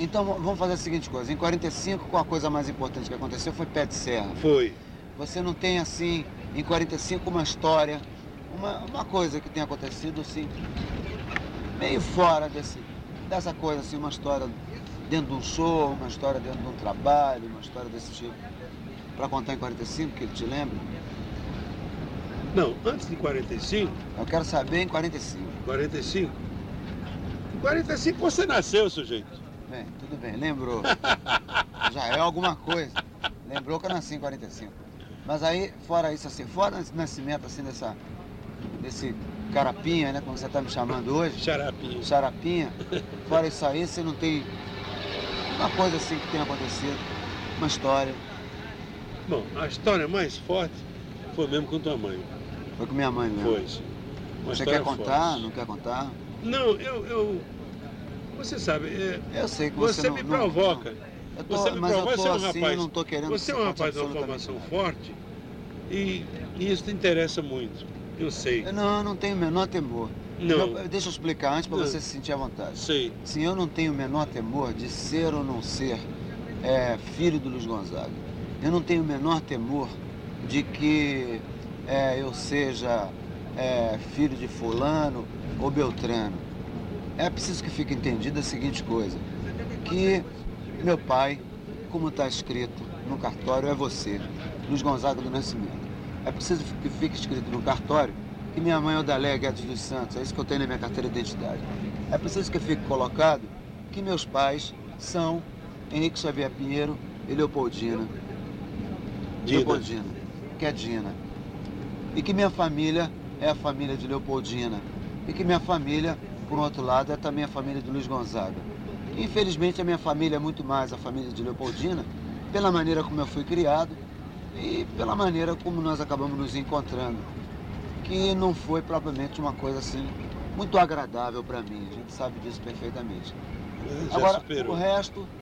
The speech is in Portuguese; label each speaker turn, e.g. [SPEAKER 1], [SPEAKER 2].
[SPEAKER 1] Então vamos fazer a seguinte coisa. Em 45, qual a coisa mais importante que aconteceu foi Pé de Serra.
[SPEAKER 2] Foi.
[SPEAKER 1] Você não tem assim, em 45, uma história, uma, uma coisa que tenha acontecido assim, meio fora desse, dessa coisa, assim, uma história dentro de um show, uma história dentro de um trabalho, uma história desse tipo. Pra contar em 45, que ele te lembra?
[SPEAKER 2] Não, antes de 45,
[SPEAKER 1] Eu quero saber em 45.
[SPEAKER 2] 45. Em 45 você nasceu, sujeito.
[SPEAKER 1] Bem, tudo bem, lembrou. Já é alguma coisa. Lembrou que eu nasci em 45. Mas aí, fora isso, assim, fora esse nascimento, assim, dessa, desse carapinha, né, como você tá me chamando hoje,
[SPEAKER 2] Xarapinho.
[SPEAKER 1] charapinha, fora isso aí, você não tem uma coisa assim que tenha acontecido, uma história.
[SPEAKER 2] Bom, a história mais forte foi mesmo com tua mãe.
[SPEAKER 1] Foi com minha mãe mesmo.
[SPEAKER 2] Foi. sim. Uma
[SPEAKER 1] Você
[SPEAKER 2] história
[SPEAKER 1] quer contar?
[SPEAKER 2] forte.
[SPEAKER 1] Não quer contar?
[SPEAKER 2] Não, eu, eu. Você sabe, é,
[SPEAKER 1] Eu sei que você,
[SPEAKER 2] você
[SPEAKER 1] não
[SPEAKER 2] me
[SPEAKER 1] não-
[SPEAKER 2] provoca.
[SPEAKER 1] não. Eu tô,
[SPEAKER 2] Você me
[SPEAKER 1] mas eu
[SPEAKER 2] provoca,
[SPEAKER 1] tô
[SPEAKER 2] você é um
[SPEAKER 1] assim, eu
[SPEAKER 2] rapaz-
[SPEAKER 1] não tô querendo
[SPEAKER 2] Você é um rapaz de uma
[SPEAKER 1] absolutamente
[SPEAKER 2] formação
[SPEAKER 1] nada.
[SPEAKER 2] forte e, e isso te interessa muito. Eu sei.
[SPEAKER 1] Eu não, eu não tenho o menor temor.
[SPEAKER 2] Não,
[SPEAKER 1] É, Eu- deixa eu explicar antes para
[SPEAKER 2] Não.
[SPEAKER 1] você se sentir à vontade.
[SPEAKER 2] sei.
[SPEAKER 1] Sim, eu não tenho o menor temor de ser ou não ser é, filho do Luiz Gonzaga. Eu não tenho o menor temor de que é, eu seja é, filho de fulano ou beltrano. É preciso que fique entendida a seguinte coisa, que meu pai, como está escrito no cartório, é você, Luiz Gonzaga do Nascimento. É preciso que fique escrito no cartório que minha mãe é Odaléia Guedes dos Santos, é isso que eu tenho na minha carteira de identidade. É preciso que fique colocado que meus pais são Henrique Xavier Pinheiro e Leopoldina.
[SPEAKER 2] Dina.
[SPEAKER 1] Leopoldina, que é Dina. E que minha família é a família de Leopoldina. E que minha família, por outro lado, é também a família de Luiz Gonzaga. Infelizmente, a minha família é muito mais a família de Leopoldina, pela maneira como eu fui criado e pela maneira como nós acabamos nos encontrando, que não foi propriamente uma coisa assim muito agradável para mim, a gente sabe disso perfeitamente.
[SPEAKER 2] Já
[SPEAKER 1] Agora, o
[SPEAKER 2] superou.
[SPEAKER 1] resto